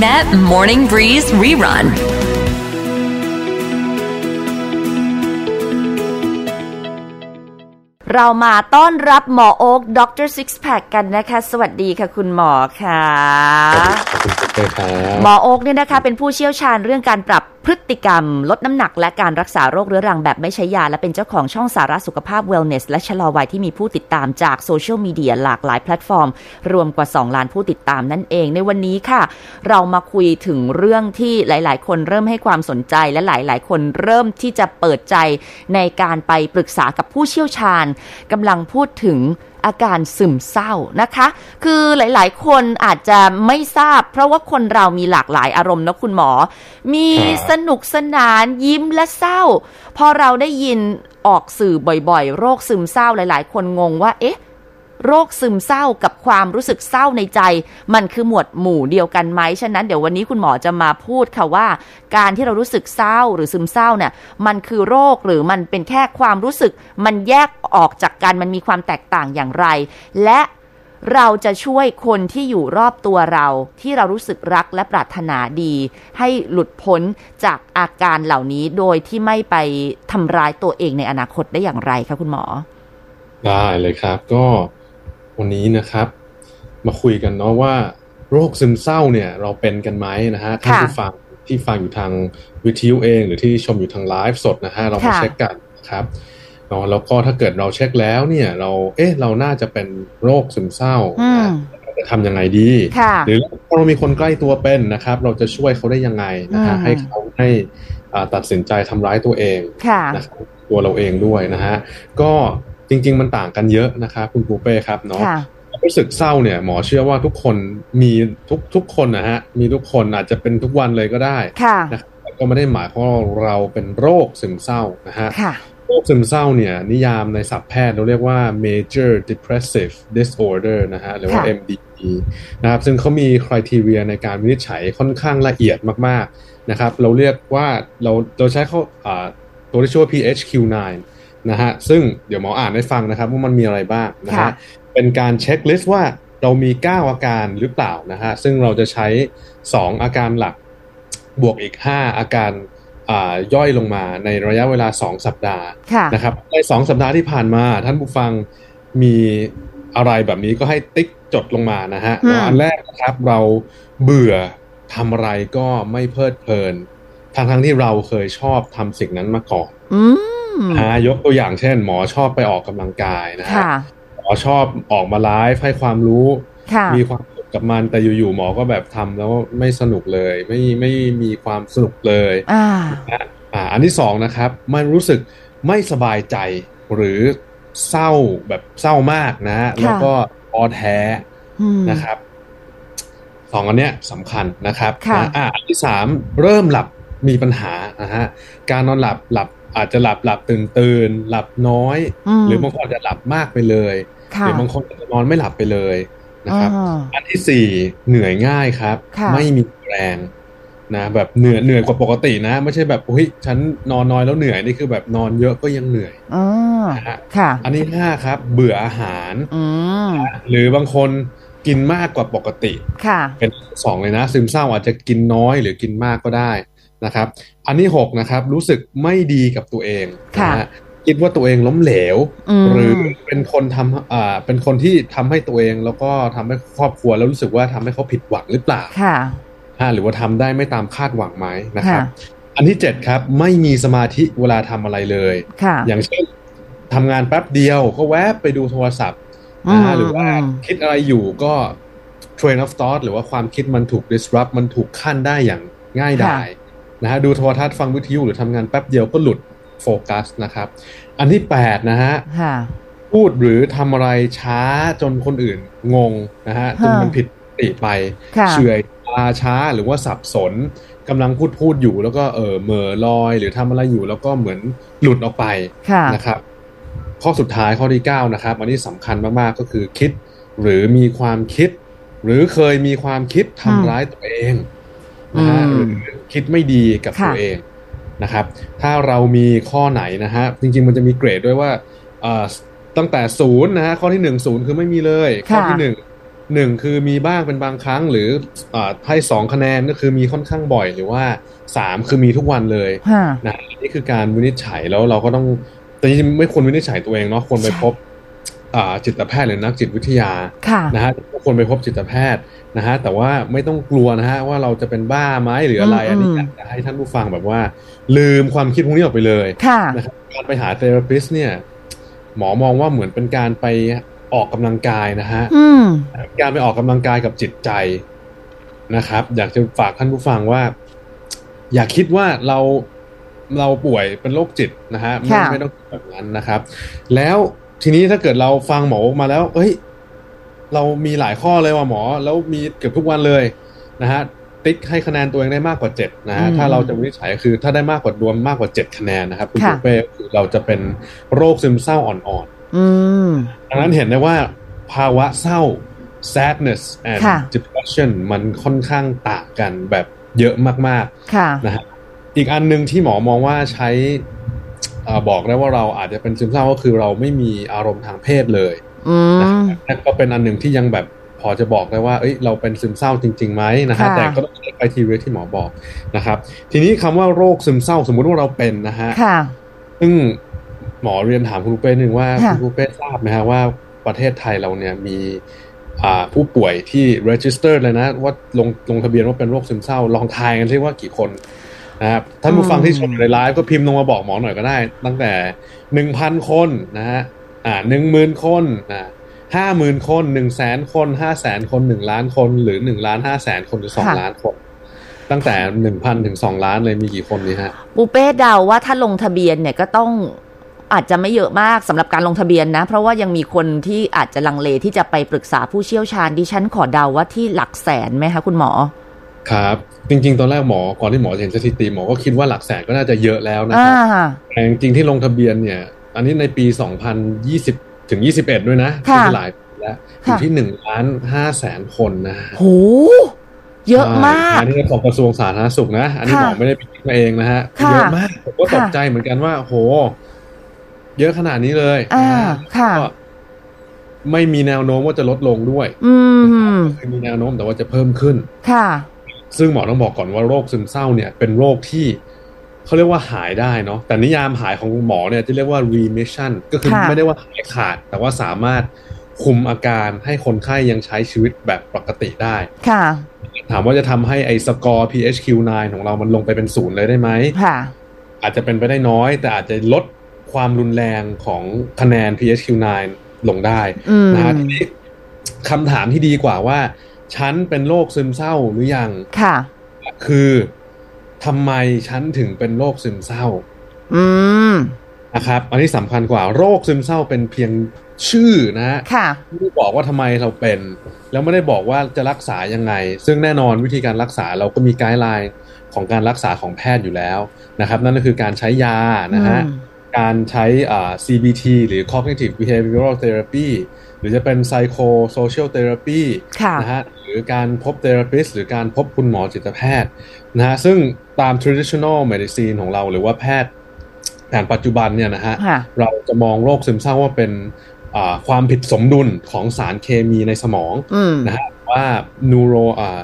Met Morning Breeze Rerun. เรามาต้อนรับหมอโอ๊กดรซิกแพคกันนะคะ สวัสดีค่ะคุณหมอค่ะ ขอบคุณครับคุณค หม รับ อโอ๊กเนี่ยนะคะ เป็นผู้เชี่ยวชาญเรื่องการปรับพฤติกรรม ลดน้ำหนักและการรักษาโรคเรื้อรังแบบไม่ใช้ยา และเป็นเจ้าของช่องสาระสุขภาพ Wellness และชะลอวัยที่มีผู้ติดตามจากโซเชียลมีเดียหลากหลายแพลตฟอร์ม รวมกว่า 2 ล้านผู้ติดตามนั่นเอง ในวันนี้ค่ะ เรามาคุยถึงเรื่องที่หลาย ๆ คนเริ่มให้ความสนใจและหลาย ๆ คนเริ่มที่จะเปิดใจในการไปปรึกษากับผู้เชี่ยวชาญกำลังพูดถึง อาการซึมเศร้านะคะ คือหลายๆ คนอาจจะไม่ทราบ เพราะว่าคนเรามีหลากหลายอารมณ์นะคุณหมอ มีสนุกสนานยิ้มและเศร้า พอเราได้ยินออกสื่อบ่อยๆ โรคซึมเศร้าหลายๆ คนงงว่า เอ๊ะ โรคซึมเศร้ากับความรู้สึกเศร้าในใจ มันคือหมวดหมู่เดียวกันไหม ฉะนั้นเดี๋ยววันนี้คุณหมอจะมาพูดค่ะว่า การที่เรารู้สึกเศร้าหรือซึมเศร้าเนี่ย มันคือโรคหรือมันเป็นแค่ความรู้สึก มันแยกออกจากกันมันมีความแตกต่างอย่างไร และเราจะช่วยคนที่อยู่รอบตัวเรา ที่เรารู้สึกรักและปรารถนาดี ให้หลุดพ้นจากอาการเหล่านี้โดยที่ไม่ไปทำร้ายตัวเองในอนาคตได้อย่างไรคะคุณหมอ ได้เลยครับก็วันนี้นะครับ มาคุยกันเนาะว่า โรคซึมเศร้าเนี่ย เราเป็นกันไหมนะฮะท่านผู้ฟังที่ฟังอยู่ทางวิทยุเอง หรือที่ชมอยู่ทางไลฟ์สดนะฮะเรามา ค่ะ เช็คกันนะครับเนาะแล้วก็ถ้าเกิดเราเช็คแล้วเนี่ย เราเอ๊ะเราน่าจะเป็นโรคซึมเศร้า อืมนะฮะเราจะทำยังไงดี ค่ะ หรือถ้าเรามีคนใกล้ตัวเป็นนะครับ เราจะช่วยเขาได้ยังไงนะฮะ อืม ให้เขาให้อ่าตัดสินใจทำร้ายตัวเอง ค่ะ นะครับตัวเราเองด้วยนะฮะก็จริง ๆ มันต่างกันเยอะนะครับคุณปูเป้ครับเนาะ ค่ะ รู้สึกเศร้าเนี่ยหมอเชื่อว่าทุกคนมีทุกทุกคนนะฮะมีทุกคนอาจจะเป็นทุกวันเลยก็ได้ ค่ะ นะครับแต่ก็ไม่ได้หมายความว่าเราเป็นโรคซึมเศร้านะฮะ ค่ะ โรคซึมเศร้าเนี่ยนิยามในศัพท์แพทย์เราเรียกว่า major depressive disorder นะฮะหรือว่า ค่ะ MDD นะครับซึ่งเขามีคุณ t e r i a ในการวินิจฉัยค่อนข้างละเอียดมากๆนะครับเราเรียกว่าเราเราใช้เขาอ่า ตัวที่ชื่อว่า PHQ9 นะฮะ ซึ่งเดี๋ยวหมออ่านให้ฟังนะครับ ว่ามันมีอะไรบ้างนะ ค่ะ ฮะ เป็นการเช็คลิสต์ว่าเรามี 9 อาการหรือเปล่านะฮะ ซึ่งเราจะใช้ 2 อาการหลัก บวกอีก 5 อาการอ่าย่อยลงมาในระยะเวลา 2 สัปดาห์ ค่ะ นะครับ ใน 2 สัปดาห์ที่ผ่านมา ท่านผู้ฟังมีอะไรแบบนี้ก็ให้ติ๊กจดลงมานะฮะ อืม อันแรกนะครับเราเบื่อทำอะไรก็ไม่เพลิดเพลินทั้งทั้งๆที่เราเคยชอบทำสิ่งนั้นมาก่อน อืม อ่ายกตัวอย่างเช่น หมอชอบไปออกกำลังกายนะฮะ ค่ะ หมอชอบออกมาไลฟ์ให้ความรู้ ค่ะ มีความสุขกับมันแต่อยู่ๆหมอก็แบบทำแล้วไม่สนุกเลย ไม่ไม่มีความสนุกเลย อ่า อ่าอันที่สองนะครับมันรู้สึกไม่สบายใจหรือเศร้าแบบเศร้ามากนะฮะ ค่ะ แล้วก็อ่อแท้ อืม นะครับสองอันเนี้ยสำคัญนะครับ ค่ะ นะอ่าอันที่สามเริ่มหลับมีปัญหานะฮะการนอนหลับหลับอาจจะหลับหลับตื่นตื่นหลับน้อย ม หรือบางคนอาจจะหลับมากไปเลย ห ค่ะ รือบางคนอาจจะนอนไม่หลับไปเลยนะครับ อ่า อันที่สี่เหนื่อยง่ายครับ ค่ะ ไม่มีแรงนะแบบเหนื่อยเหนื่อยกว่าปกตินะ ไม่ใช่แบบอุ้ยฉันนอนน้อยแล้วเหนื่อยนี่คือแบบนอนเยอะก็ยังเหนื่อย อ่า นะฮะ ค่ะ อันที่ห้าครับ เบื่ออาหาร อืม หรือบางคนกินมากกว่าปกติ ค่ะ เป็นอันที่สองเลยนะ ซึมเศร้าอาจจะกินน้อยหรือกินมากก็ได้นะครับ อันที่หกนะครับ รู้สึกไม่ดีกับตัวเอง ค่ะ นะฮะคิดว่าตัวเองล้มเหลว อืม หรือเป็นคนทำอ่า เป็นคนที่ทำให้ตัวเองแล้วก็ทำให้ครอบครัวแล้วรู้สึกว่าทำให้เขาผิดหวังหรือเปล่า ค่ะ ฮะหรือว่าทำได้ไม่ตามคาดหวังไหมนะครับ ค่ะ อันที่เจ็ดครับ ไม่มีสมาธิเวลาทำอะไรเลย ค่ะ อย่างเช่นทำงานแป๊บเดียวก็แวบไปดูโทรศัพท์นะฮะหรือว่าคิดอะไรอยู่ก็ train of thought หรือว่าความคิดมันถูก disrupt มันถูกขั้นได้อย่างง่ายดายนะฮะดูโทรทัศน์ฟังวิทยุหรือทำงานแป๊บเดียวก็หลุดโฟกัสนะครับ อันที่แปดนะฮะ ค่ะ พูดหรือทำอะไรช้าจนคนอื่นงงนะฮะ ฮะ จนมันผิดปกติไป ค่ะ เฉื่อยตาช้าหรือว่าสับสนกำลังพูดพูดอยู่แล้วก็เออเหม่อลอย หรือทำอะไรอยู่แล้วก็เหมือนหลุดออกไป ค่ะ นะครับ ข้อสุดท้ายข้อที่ 9 นะครับ อันนี้สำคัญมากๆก็คือคิด หรือมีความคิด หรือเคยมีความคิด อืม ทำร้ายตัวเองนะฮะ อืม หรือคิดไม่ดีกับ ค่ะ ตัวเองนะครับ ถ้าเรามีข้อไหนนะฮะจริงๆมันจะมีเกรดด้วยว่า เอ่อตั้งแต่ศูนย์นะฮะข้อที่หนึ่งศูนย์คือไม่มีเลย ค่ะ ข้อที่หนึ่ง หนึ่งคือมีบ้างเป็นบางครั้งหรืออ่าให้สองคะแนนก็คือมีค่อนข้างบ่อยหรือว่าสามคือมีทุกวันเลย ฮะ นะนี่คือการวินิจฉัยแล้วเราก็ต้องแต่จริงๆไม่ควรวินิจฉัยตัวเองเนาะควรไป ใช่ พบอ่าจิตแพทย์หรือนักจิตวิทยา ค่ะ นะฮะควรไปพบจิตแพทย์นะฮะแต่ว่าไม่ต้องกลัวนะฮะว่าเราจะเป็นบ้าไหมหรืออะไร อืม อันนี้ อืม อยากจะให้ท่านผู้ฟังแบบว่า ลืมความคิดพวกนี้ออกไปเลย ค่ะ นะครับการไปหาเทอราปิสเนี่ยหมอมองว่าเหมือนเป็นการไปออกกำลังกายนะฮะ อืม การไปออกกำลังกายกับจิตใจนะครับ อยากจะฝากท่านผู้ฟังว่า อย่าคิดว่าเราเราป่วยเป็นโรคจิตนะฮะไม่ ค่ะ ไม่ต้องคิดแบบนั้นนะครับ แล้วทีนี้ถ้าเกิดเราฟังหมอโอ๊คมาแล้ว เอ้ย เรามีหลายข้อเลยว่ะหมอ แล้วมีเกือบทุกวันเลยนะฮะติ๊กให้คะแนนตัวเองได้มากกว่าเจ็ดนะฮะ อืม ถ้าเราจะวินิจฉัยคือ ถ้าได้มากกว่ารวมมากกว่าเจ็ดคะแนนนะครับคุณ ค่ะ บุฟเป้คือเราจะเป็นโรคซึมเศร้าอ่อน อืม ๆดังนั้นเห็นได้ว่าภาวะเศร้า sadness and ค่ะ depression มันค่อนข้างต่างกันแบบเยอะมากๆ ค่ะ นะฮะอีกอันหนึ่งที่หมอมองว่าใช้เออบอกได้ว่าเราอาจจะเป็นซึมเศร้าก็คือเราไม่มีอารมณ์ทางเพศเลย อื นะ ม นั่นก็เป็นอันหนึ่งที่ยังแบบพอจะบอกได้ว่าเอ้ยเราเป็นซึมเศร้าจริงๆไหมนะฮะ ค่ะ แต่ก็ต้องไปทีเรียที่หมอบอกนะครับทีนี้คำว่าโรคซึมเศร้าสมมุติว่าเราเป็นนะฮะ ค่ะ ซึ่งหมอเรียนถามคุณลูกเป้หนึ่งว่า ค่ะ คุณลูกเป้ทราบไหมฮะว่าประเทศไทยเราเนี่ยมีอ่าผู้ป่วยที่ registered เลยนะว่าลงลงทะเบียนว่าเป็นโรคซึมเศร้า ลองทายกันสิว่ากี่คนนะครับท่านผู้ฟังที่ชมอยู่ในไลฟ์ก็พิมพ์ลงมาบอกหมอหน่อยก็ได้ ตั้งแต่หนึ่งพันคนนะฮะอ่าหนึ่งหมื่นคนนะห้าหมื่นคนหนึ่งแสนคนห้าแสนคนหนึ่งล้านคน หรือหนึ่งล้านห้าแสนคนหรือสอง ค่ะ ล้านคน ตั้งแต่หนึ่งพันถึงสองล้านเลยมีกี่คนนี่ฮะ ปูเป้เดาว่าถ้าลงทะเบียนเนี่ยก็ต้องอาจจะไม่เยอะมากสำหรับการลงทะเบียนนะ เพราะว่ายังมีคนที่อาจจะลังเลที่จะไปปรึกษาผู้เชี่ยวชาญดิฉันขอเดาว่าที่หลักแสนไหมคะคุณหมอ ครับ จริงๆ ตอนแรกหมอก่อนที่หมอจะเห็นสถิติหมอก็คิดว่าหลักแสนก็น่าจะเยอะแล้วนะค อ่า รับแต่จริงๆที่ลงทะเบียนเนี่ย อันนี้ในปี 2020 ถึง 21 ด้วยนะ ค่ะ เป็นหลายปีแล้วอยู่ ค่ะ ที่1ล้าน5แสนคนนะ โห เยอะมาก อันนี้ของกระทรวงสาธารณสุขนะ อันนี้ ค่ะ หมอไม่ได้พิจิตรมาเองนะฮะ ค่ะ เยอะมากผมก็ตก ค่ะ ใจเหมือนกันว่าโห เยอะขนาดนี้เลย อ่า นะฮะ ค่ะ ก็ไม่มีแนวโน้มว่าจะลดลงด้วย อืม คือมีแนวโน้มแต่ว่าจะเพิ่มขึ้น ค่ะ ซึ่งหมอต้องบอกก่อนว่าโรคซึมเศร้าเนี่ยเป็นโรคที่เขาเรียกว่าหายได้เนาะแต่นิยามหายของหมอเนี่ยจะเรียกว่า remission ก็คือ ค่ะ ไม่ได้ว่าหายขาด แต่ว่าสามารถคุมอาการให้คนไข้ยังใช้ชีวิตแบบปกติได้ ค่ะ ถามว่าจะทำให้ไอ้สกอร์ PHQ-9 ของเรามันลงไปเป็นศูนย์เลยได้ไหม ค่ะ อาจจะเป็นไปได้น้อย แต่อาจจะลดความรุนแรงของคะแนน PHQ-9 ลงได้ อืม นะฮะทีนี้คำถามที่ดีกว่าว่า ฉันเป็นโรคซึมเศร้าหรือยัง ค่ะ คือทำไมฉันถึงเป็นโรคซึมเศร้า อืม นะครับ อันนี้สำคัญกว่าโรคซึมเศร้าเป็นเพียงชื่อนะฮะ ค่ะ ไม่ได้บอกว่าทำไมเราเป็น แล้วไม่ได้บอกว่าจะรักษายังไง ซึ่งแน่นอนวิธีการรักษาเราก็มีไกด์ไลน์ของการรักษาของแพทย์อยู่แล้วนะครับ นั่นก็คือการใช้ยานะฮะ อืม การใช้อ่า CBT หรือ cognitive behavioral therapy หรือจะเป็น psycho social therapy ค่ะ นะฮะหรือการพบ therapist หรือการพบคุณหมอจิตแพทย์นะฮะซึ่งตาม traditional medicine ของเราหรือว่าแพทย์แผนปัจจุบันเนี่ยนะฮะ ค่ะ เราจะมองโรคซึมเศร้าว่าเป็นอ่าความผิดสมดุลของสารเคมีในสมอง อืม นะฮะ ว่า neuro อ่า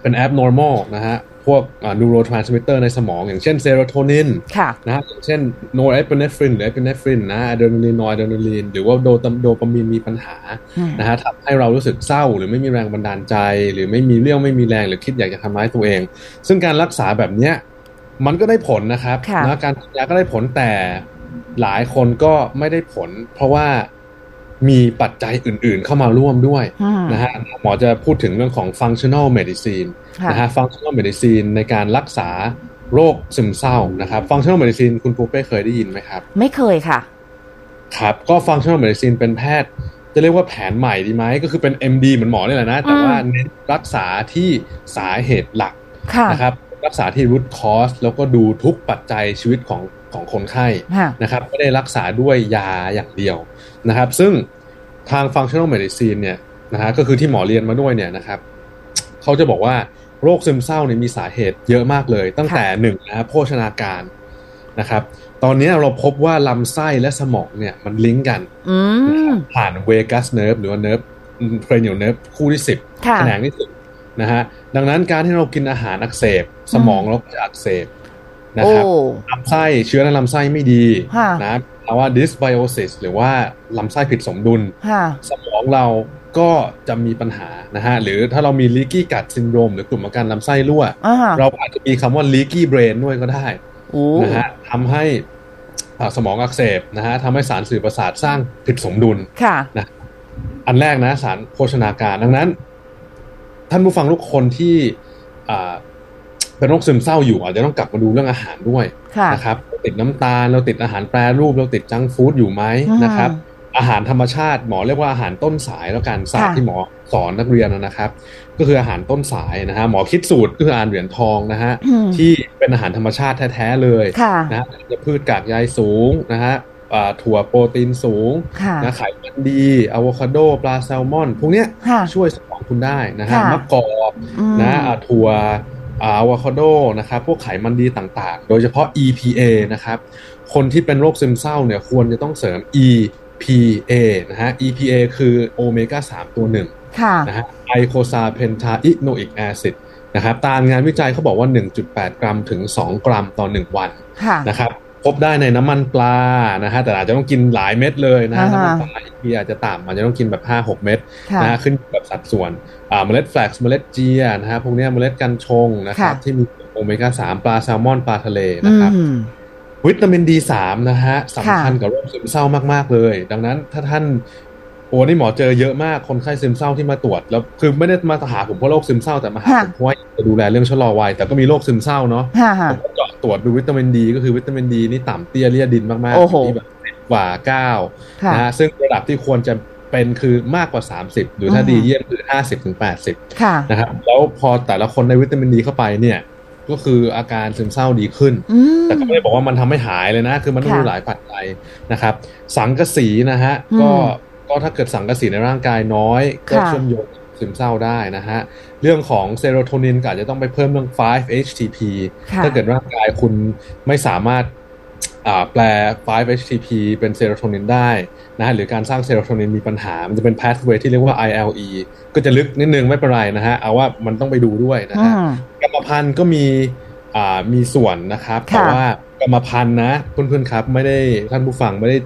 เป็น abnormal นะฮะ พวกอ่า neurotransmitter ในสมอง อย่างเช่นเซโรโทนิน ค่ะ นะฮะอย่างเช่นโนเอปิเนฟรินหรือเอปิเนฟรินนะอะดรีนาลีนนอยอะดรีนาลีนหรือว่าโดตามโดปามีนมีปัญหา อืม นะฮะทำให้เรารู้สึกเศร้าหรือไม่มีแรงบันดาลใจ หรือไม่มีเรี่ยวไม่มีแรงหรือคิดอยากจะทำร้ายตัวเอง ซึ่งการรักษาแบบเนี้ยมันก็ได้ผลนะครับ ค่ะ นะการกินยาก็ได้ผลแต่หลายคนก็ไม่ได้ผล เพราะว่ามีปัจจัยอื่นๆเข้ามาร่วมด้วย อืม นะฮะหมอจะพูดถึงเรื่องของ functional medicine ค่ะ นะฮะ functional medicine ในการรักษาโรคซึมเศร้านะครับ functional medicine คุณปูเป้เคยได้ยินไหมครับ ไม่เคยค่ะ ครับ ก็ functional medicine เป็นแพทย์ จะเรียกว่าแผนใหม่ดีไหม ก็คือเป็น MD เหมือนหมอนี่แหละนะ แต่ว่า อืม เน้นรักษาที่สาเหตุหลัก ค่ะ นะครับ รักษาที่ root cause แล้วก็ดูทุกปัจจัยชีวิตของของคนไข้ ค่ะ นะครับไม่ได้รักษาด้วยยาอย่างเดียวนะครับ ซึ่งทาง functional medicine เนี่ยนะฮะก็คือที่หมอเรียนมาด้วยเนี่ยนะครับเขาจะบอกว่าโรคซึมเศร้าเนี่ยมีสาเหตุเยอะมากเลย ตั้งแต่หนึ่งนะฮะโภชนาการนะครับ ตอนนี้เราพบว่าลำไส้และสมองเนี่ยมันลิงก์กัน อืม ผ่านเวกัสเนิร์ฟหรือว่าเนิร์ฟ เทรนอยู่ในคู่ที่สิบ ค่ะ แขนงที่สิบนะฮะดังนั้นการที่เรากินอาหารอักเสบ สมองเราก็จะอักเสบนะ โอ้ ครับ ลำไส้เชื้อในลำไส้ไม่ดี ค่ะ นะภาวะ dysbiosis หรือว่าลำไส้ผิดสมดุล ค่ะ สมองเราก็จะมีปัญหานะฮะ หรือถ้าเรามี leaky gut syndrome หรือกลุ่มอาการลำไส้รั่ว อ่าฮะ เราอาจจะมีคำว่า leaky brain ด้วยก็ได้ โอ้ นะฮะทำให้อ่าสมองอักเสบนะฮะทำให้สารสื่อประสาทสร้างผิดสมดุล ค่ะ อันแรกนะสารโภชนาการดังนั้น ท่านผู้ฟังทุกคนที่อ่าเป็นโรคซึมเศร้าอยู่ อาจจะต้องกลับมาดูเรื่องอาหารด้วย ค่ะ นะครับเราติดน้ำตาลเราติดอาหารแปรรูปเราติดจังก์ฟู้ดอยู่ไหม อืม นะครับ อาหารธรรมชาติหมอเรียกว่าอาหารต้นสายแล้วกันศาสตร์ ค่ะ ที่หมอสอนนักเรียนนะครับ ก็คืออาหารต้นสายนะฮะหมอคิดสูตรก็คืออาหารเหรียญทองนะฮะ อืม ที่เป็นอาหารธรรมชาติแท้ๆเลย ค่ะ นะฮะจะพืชกากใยสูงนะฮะอ่าถั่วโปรตีนสูง ค่ะ นะไขมันดีอะโวคาโดปลาแซลมอน พวกเนี้ย ค่ะ ช่วยสมองคุณได้นะฮะ ค่ะ มะกอก อืม นะอ่าถั่วอะวคาโดนะครับ พวกไขมันดีต่างๆ โดยเฉพาะ EPA นะครับ คนที่เป็นโรคซึมเศร้าเนี่ยควรจะต้องเสริม EPA นะฮะ EPA คือโอเมก้า3ตัวหนึ่ง ค่ะ นะฮะไอโคซาเพนทาอิโนอิกแอซิดนะครับ ตามงานวิจัยเขาบอกว่า 1.8 กรัมถึง 2 กรัมต่อ 1 วัน ค่ะ นะครับพบได้ในน้ำมันปลานะฮะแต่อาจจะต้องกินหลายเม็ดเลยนะฮะ อ่าฮะ น้ำมันปลา EPA อาจจะต่ำอาจจะต้องกินแบบ 5-6 เม็ด ค่ะ นะฮะขึ้นอยู่กับสัดส่วนอ่าเมล็ดแฟลกซ์เมล็ดเจียนะฮะพวกเนี้ยเมล็ดกัญชงนะครับ ค่ะ ที่มีโอเมก้าสามปลาแซลมอนปลาทะเล อื นะครับ ม วิตามินดีสามนะฮะสำคัญกับโรคซึมเศร้ามาก ๆ เลย ดังนั้นถ้าท่านโอ้นี่หมอเจอเยอะมากคนไข้ซึมเศร้าที่มาตรวจแล้วคือไม่ได้มาหาผมเพราะโรคซึมเศร้าแต่มาหา ค่ะ ผมเพราะว่าอยากจะดูแลเรื่องชะลอวัยแต่ก็มีโรคซึมเศร้าเนาะ ค่ะค่ะ ผมก็เจาะตรวจดูวิตามินดีก็คือวิตามินดีนี่ต่ำเตี้ยเลี่ยดินมากๆ โอ้โห ยู่ที่แบบสิบกว่าเก้า ค่ะ นะฮะซึ่งระดับที่ควรจะเป็นคือมากกว่า 30 หรือถ้า อืม ดีเยี่ยมคือ 50ถึง80 ค่ะ นะครับ แล้วพอแต่ละคนได้วิตามินดีเข้าไปเนี่ย ก็คืออาการซึมเศร้าดีขึ้น อืม แต่ก็ไม่ได้บอกว่ามันทำให้หายเลยนะ คือมันต้อง ค่ะ ดูหลายปัจจัยนะครับ สังกะสีนะฮะ อืม ก็ก็ถ้าเกิดสังกะสีในร่างกายน้อย ก็ ค่ะ เชื่อมโยงกับซึมเศร้าได้นะฮะเรื่องของเซโรโทนินก็อาจจะต้องไปเพิ่มเรื่อง 5-HTP ค่ะ ถ้าเกิดร่างกายคุณไม่สามารถอ่าแปล 5-HTP เป็นเซโรโทนินได้นะฮะหรือการสร้างเซโรโทนินมีปัญหา มันจะเป็น pathway ที่เรียกว่า ILE ก็จะลึกนิดนึงไม่เป็นไรนะฮะ เอาว่ามันต้องไปดูด้วยนะ อื ฮะ ม กรรมพันธุ์ก็มีอ่ามีส่วนนะครับ ค่ะ แต่ว่ากรรมพันธุ์นะเพื่อนๆครับไม่ได้ท่านผู้ฟังไม่ได้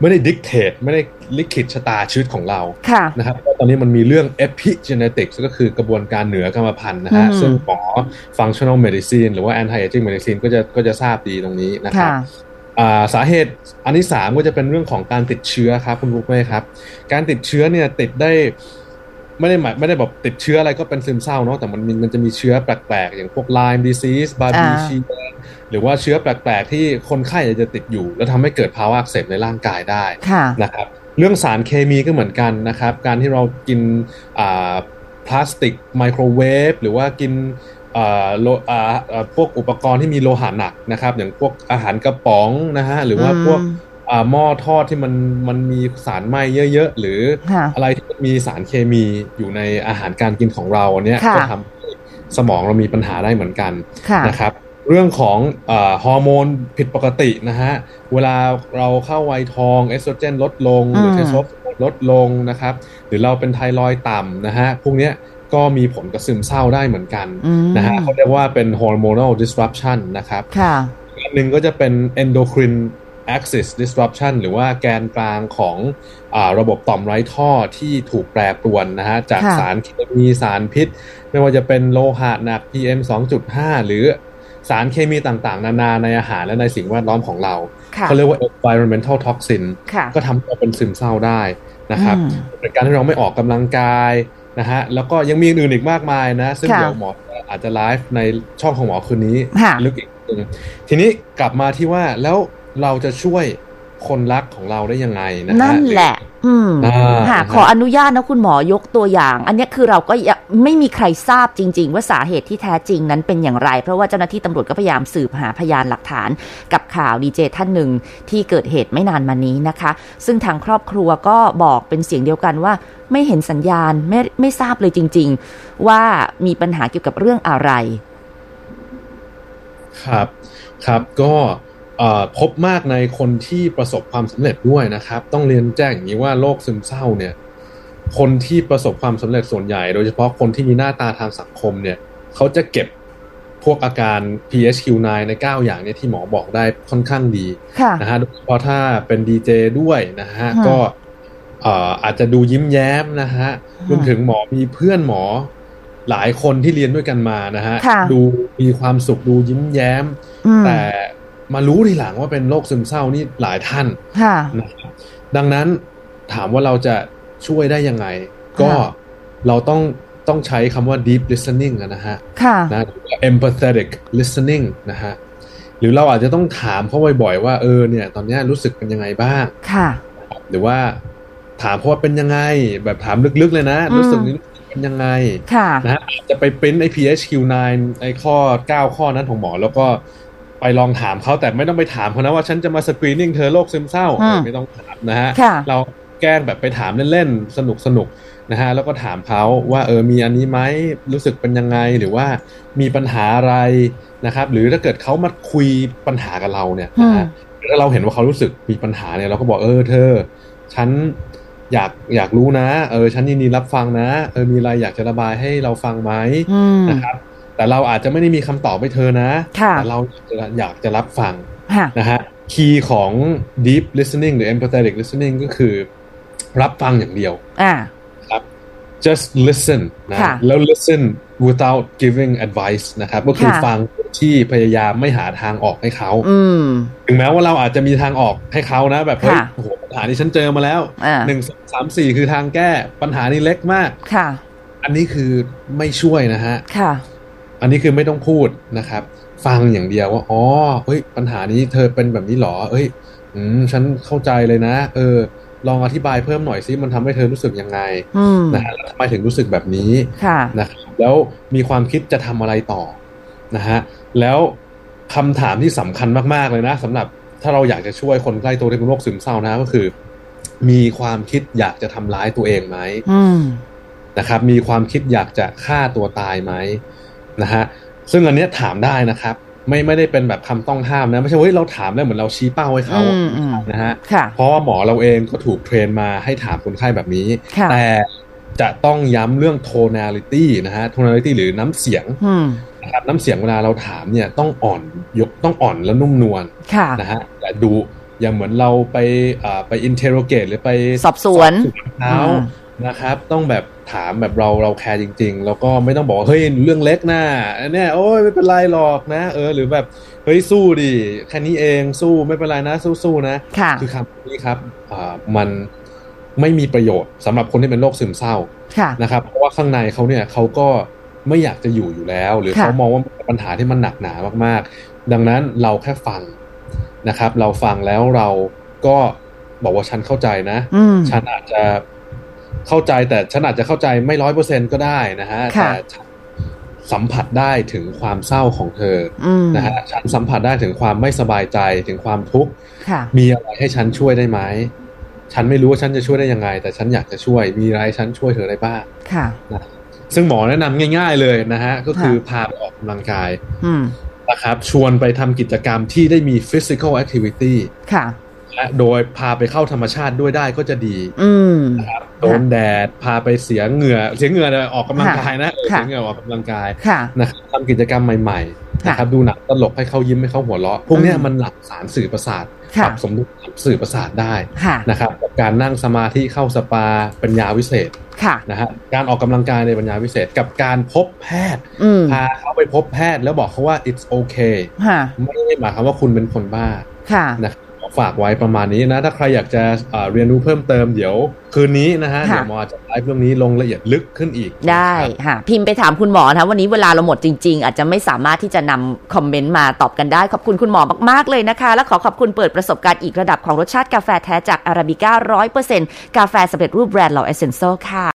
ไม่ได้ดิกเทตไม่ได้ลิขิตชะตาชีวิตของเรา ค่ะ นะครับเพราะตอนนี้มันมีเรื่อง epigenetics ก็คือกระบวนการเหนือกรรมพันธุ์นะฮะ อืม ซึ่งหมอ functional medicine หรือว่า anti aging medicine ก็จะก็จะทราบดีตรงนี้นะครับ ค่ะ อ่าสาเหตุอันที่สามก็จะเป็นเรื่องของการติดเชื้อครับคุณบุ๊คเมย์ครับ การติดเชื้อเนี่ยติดได้ไม่ได้หมายไม่ได้แบบติดเชื้ออะไรก็เป็นซึมเศร้าเนาะแต่มันมันจะมีเชื้อแปลกๆ อย่างพวก Lyme disease บาร์บี อ่า ชีหรือว่าเชื้อแปลกๆ ที่คนไข้อาจจะติดอยู่ แล้วทำให้เกิดภาวะอักเสบในร่างกายได้ ค่ะ นะครับเรื่องสารเคมีก็เหมือนกันนะครับ การที่เรากินอ่าพลาสติกไมโครเวฟหรือว่ากินอ่าโลอ่าอ่าพวกอุปกรณ์ที่มีโลหะหนักนะครับ อย่างพวกอาหารกระป๋องนะฮะหรือว่าพวกอ่าหม้อทอดที่มันมันมีสารไหม้เยอะ ๆ หรือ ค่ะ อะไรที่มันมีสารเคมีอยู่ในอาหารการกินของเราเนี่ย ค่ะ ก็ทำให้สมองเรามีปัญหาได้เหมือนกัน ค่ะ นะครับเรื่องของเออฮอร์โมนผิดปกตินะฮะเวลาเราเข้าวัยทองเอสโตรเจนลดลง หรือ ม เทสโทสเตอโรนลดลงนะครับหรือเราเป็นไทรอยด์ต่ำนะฮะพวกเนี้ยก็มีผลกับซึมเศร้าได้เหมือนกัน อืม นะฮะเขาเรียกว่าเป็น hormonal disruption นะครับ ค่ะ อันหนึ่งก็จะเป็น endocrine axis disruption หรือว่าแกนกลางของอาระบบต่อมไร้ท่อที่ถูกแปรปรวนนะฮะจาก ค่ะ สารเคมีสารพิษ ไม่ว่าจะเป็นโลหะหนัก PM 2.5 หรือสารเคมีต่างๆ นานาในอาหารและในสิ่งแวดล้อมของเรา ค่ะ เขาเรียกว่า environmental toxin ค่ะ ก็ทำให้เราเป็นซึมเศร้าได้นะครับ อืม เป็นการที่เราไม่ออกกำลังกายนะฮะแล้วก็ยังมีอื่นๆอีกมากมายนะ ซึ่ง ค่ะ เดี๋ยวหมออาจจะไลฟ์ในช่องของหมอคืนนี้ ค่ะ ลึกอีกนิดนึงทีนี้กลับมาที่ว่าแล้วเราจะช่วยคนรักของเราได้ยังไงนะฮะ นั่นแหละ อืม อ่า ค่ะ นะฮะ ขออนุญาตนะคุณหมอยกตัวอย่าง อันเนี้ยคือเราก็ยังไม่มีใครทราบจริง ๆ ว่าสาเหตุที่แท้จริงนั้นเป็นอย่างไร เพราะว่าเจ้าหน้าที่ตำรวจก็พยายามสืบหาพยานหลักฐาน กับข่าวดีเจท่านหนึ่งที่เกิดเหตุไม่นานมานี้นะคะ ซึ่งทางครอบครัวก็บอกเป็นเสียงเดียวกันว่า ไม่เห็นสัญญาณไม่ไม่ทราบเลยจริง ๆ ว่ามีปัญหาเกี่ยวกับเรื่องอะไร ครับครับก็เอ่อพบมากในคนที่ประสบความสำเร็จด้วยนะครับ ต้องเรียนแจ้งอย่างนี้ว่าโรคซึมเศร้าเนี่ย คนที่ประสบความสำเร็จส่วนใหญ่ โดยเฉพาะคนที่มีหน้าตาทางสังคมเนี่ย เขาจะเก็บพวกอาการ PHQ9 ใน 9 อย่างเนี่ยที่หมอบอกได้ค่อนข้างดี ค่ะ นะฮะโดยเฉพาะถ้าเป็นดีเจด้วยนะฮะ ค่ะ ก็เอ่ออาจจะดูยิ้มแย้มนะฮะ รวมถึงหมอมีเพื่อนหมอหลายคนที่เรียนด้วยกันมานะฮะ ค่ะ ดูมีความสุขดูยิ้มแย้ม อืม แต่มารู้ทีหลังว่าเป็นโรคซึมเศร้านี่หลายท่าน ค่ะ นะครับดังนั้นถามว่าเราจะช่วยได้ยังไง ก็ ค่ะ เราต้องต้องใช้คำว่า deep listening อะนะฮะ ค่ะ นะหรือว่า empathetic listening นะฮะหรือเราอาจจะต้องถามเขาบ่อยๆว่าเออเนี่ยตอนเนี้ยรู้สึกเป็นยังไงบ้าง ค่ะ หรือว่าถามเขาว่าเป็นยังไง แบบถามลึกๆเลยนะ อืม รู้สึกนี้เป็นยังไง ค่ะ นะฮะอาจจะไปปริ้นไอ PHQ9 ไอข้อ 9 ข้อนั้นของหมอ แล้วก็ไปลองถามเขาแต่ไม่ต้องไปถามเขานะว่าฉันจะมาสกรีนิ่งเธอโรคซึมเศร้า อืม ไม่ต้องถามนะฮะ ค่ะ เราแกล้งแบบไปถามเล่นๆ สนุกสนุกๆนะฮะ แล้วก็ถามเขาว่าเออมีอันนี้ไหมรู้สึกเป็นยังไงหรือว่ามีปัญหาอะไรนะครับ หรือถ้าเกิดเขามาคุยปัญหากับเราเนี่ยนะฮะถ้าเราเห็นว่าเขารู้สึกมีปัญหาเนี่ยเราก็บอกเออเธอ ฉันอยากอยากรู้นะ เออฉันยินดีรับฟังนะ เออมีอะไรอยากจะระบายให้เราฟังไหม อืม นะครับ แต่เราอาจจะไม่ได้มีคำตอบให้เธอนะ ค่ะ แต่เราอยากจะรับฟัง ค่ะ นะฮะคีย์ของ deep listening หรือ empathetic listening ก็คือ รับฟังอย่างเดียว อ่า just listen นะ ค่ะ แล้ว listen without giving advice นะครับก็คือ ค่ะ ฟังที่พยายามไม่หาทางออกให้เขา อืม ถึงแม้ว่าเราอาจจะมีทางออกให้เขานะ แบบเฮ้ย ค่ะ โอ้โหปัญหานี้ฉันเจอมาแล้ว อ่า หนึ่งสองสามสี่คือทางแก้ปัญหานี้เล็กมาก ค่ะ อันนี้คือไม่ช่วยนะฮะ ค่ะ อันนี้คือไม่ต้องพูดนะครับ ฟังอย่างเดียวว่าอ๋อเฮ้ยปัญหานี้เธอเป็นแบบนี้เหรอ เอ้ยอืมฉันเข้าใจเลยนะ เออ ลองอธิบายเพิ่มหน่อยซิมันทำให้เธอรู้สึกยังไง อืม นะฮะแล้วทำไมถึงรู้สึกแบบนี้ ค่ะ นะครับแล้วมีความคิดจะทำอะไรต่อนะฮะแล้วคำถามที่สำคัญมากๆเลยนะสำหรับถ้าเราอยากจะช่วยคนใกล้ตัวที่เป็นโรคซึมเศร้านะก็คือ มีความคิดอยากจะทำร้ายตัวเองไหม อืม นะครับมีความคิดอยากจะฆ่าตัวตายไหมนะฮะซึ่งอันเนี้ยถามได้นะครับ ไม่ไม่ได้เป็นแบบคำต้องห้ามนะ ไม่ใช่ว่าเฮ้ยเราถามแล้วเหมือนเราชี้เป้าให้เขา อืมอืม นะฮะ ค่ะ เพราะว่าหมอเราเองก็ถูกเทรนมาให้ถามคนไข้แบบนี้ ค่ะ แต่จะต้องย้ำเรื่อง tonality นะฮะ tonality หรือน้ำเสียง อืม นะครับน้ำเสียงเวลาเราถามเนี่ยต้องอ่อนยกต้องอ่อนและนุ่มนวล ค่ะ นะฮะแต่ดูอย่างเหมือนเราไปอ่าไป interrogate หรือไป สอบสวน เขานะครับต้องแบบถามแบบเราเราแคร์จริง ๆ แล้วก็ไม่ต้องบอกว่าเฮ้ยเรื่องเล็กนะอันเนี่ยโอ้ยไม่เป็นไรหรอกนะ เออ หรือแบบเฮ้ยสู้ดิแค่นี้เองสู้ไม่เป็นไรนะสู้ๆนะ ค่ะ คือคำนี้ครับอ่ามันไม่มีประโยชน์สำหรับคนที่เป็นโรคซึมเศร้า ค่ะ นะครับเพราะว่าข้างในเขาเนี่ยเขาก็ไม่อยากจะอยู่อยู่แล้ว หรือ ค่ะ เขามองว่ามันเป็นปัญหาที่มันหนักหนามากๆ ดังนั้นเราแค่ฟังนะครับ เราฟังแล้วเราก็บอกว่าฉันเข้าใจนะ อืม ฉันอาจจะเข้าใจแต่ฉันอาจจะเข้าใจไม่ร้อยเปอร์เซ็นก็ได้นะฮะ ค่ะ แต่ฉันสัมผัสได้ถึงความเศร้าของเธอ อืม นะฮะฉันสัมผัสได้ถึงความไม่สบายใจถึงความทุกข์ ค่ะ มีอะไรให้ฉันช่วยได้ไหมฉันไม่รู้ว่าฉันจะช่วยได้ยังไง แต่ฉันอยากจะช่วยมีอะไรให้ฉันช่วยเธอได้บ้าง ค่ะ ซึ่งหมอแนะนำง่ายๆเลยนะฮะก็คือ ค่ะ พาไปออกกำลังกาย อืม นะครับชวนไปทำกิจกรรมที่ได้มี physical activity ค่ะ และโดยพาไปเข้าธรรมชาติด้วยได้ก็จะดี อืม โดนแดดพาไปเสียเหงื่อเสียเหงื่อเนี่ยออกกำลังกายนะเออ ค่ะ เสียเหงื่อออกกำลังกาย ค่ะ นะครับทำกิจกรรมใหม่ๆ ค่ะ นะครับดูหนังตลกให้เขายิ้มให้เขาหัวเราะพวกเนี้ย อืม มันหลับสารสื่อประสาทป ค่ะ รับสมดุลสื่อประสาทได้ ค่ะ นะครับกับการนั่งสมาธิเข้าสปาปัญญาวิเศษ ค่ะ นะฮะการออกกำลังกายในปัญญาวิเศษ กับการพบแพทย์ อืม พาเขาไปพบแพทย์แล้วบอกเขาว่า it's okay ค่ะ ไม่ได้หมายความว่าคุณเป็นคนบ้า ค่ะ นะครับขอฝากไว้ประมาณนี้นะ ถ้าใครอยากจะเอ่อเรียนรู้เพิ่มเติมเดี๋ยวคืนนี้นะฮะ ค่ะ เดี๋ยวหมออาจจะไลฟ์เรื่องนี้ลงละเอียดลึกขึ้นอีก ได้ นะครับ ค่ะ พิมพ์ไปถามคุณหมอนะวันนี้เวลาเราหมดจริง ๆ อาจจะไม่สามารถที่จะนำคอมเมนต์มาตอบกันได้ ขอบคุณคุณหมอมากๆเลยนะคะ และขอขอบคุณเปิดประสบการณ์อีกระดับของรสชาติกาแฟแท้จากอาราบิก้าร้อยเปอร์เซ็นต์กาแฟสำเร็จรูปแบรนด์เหล่าเอเซนโซค่ะ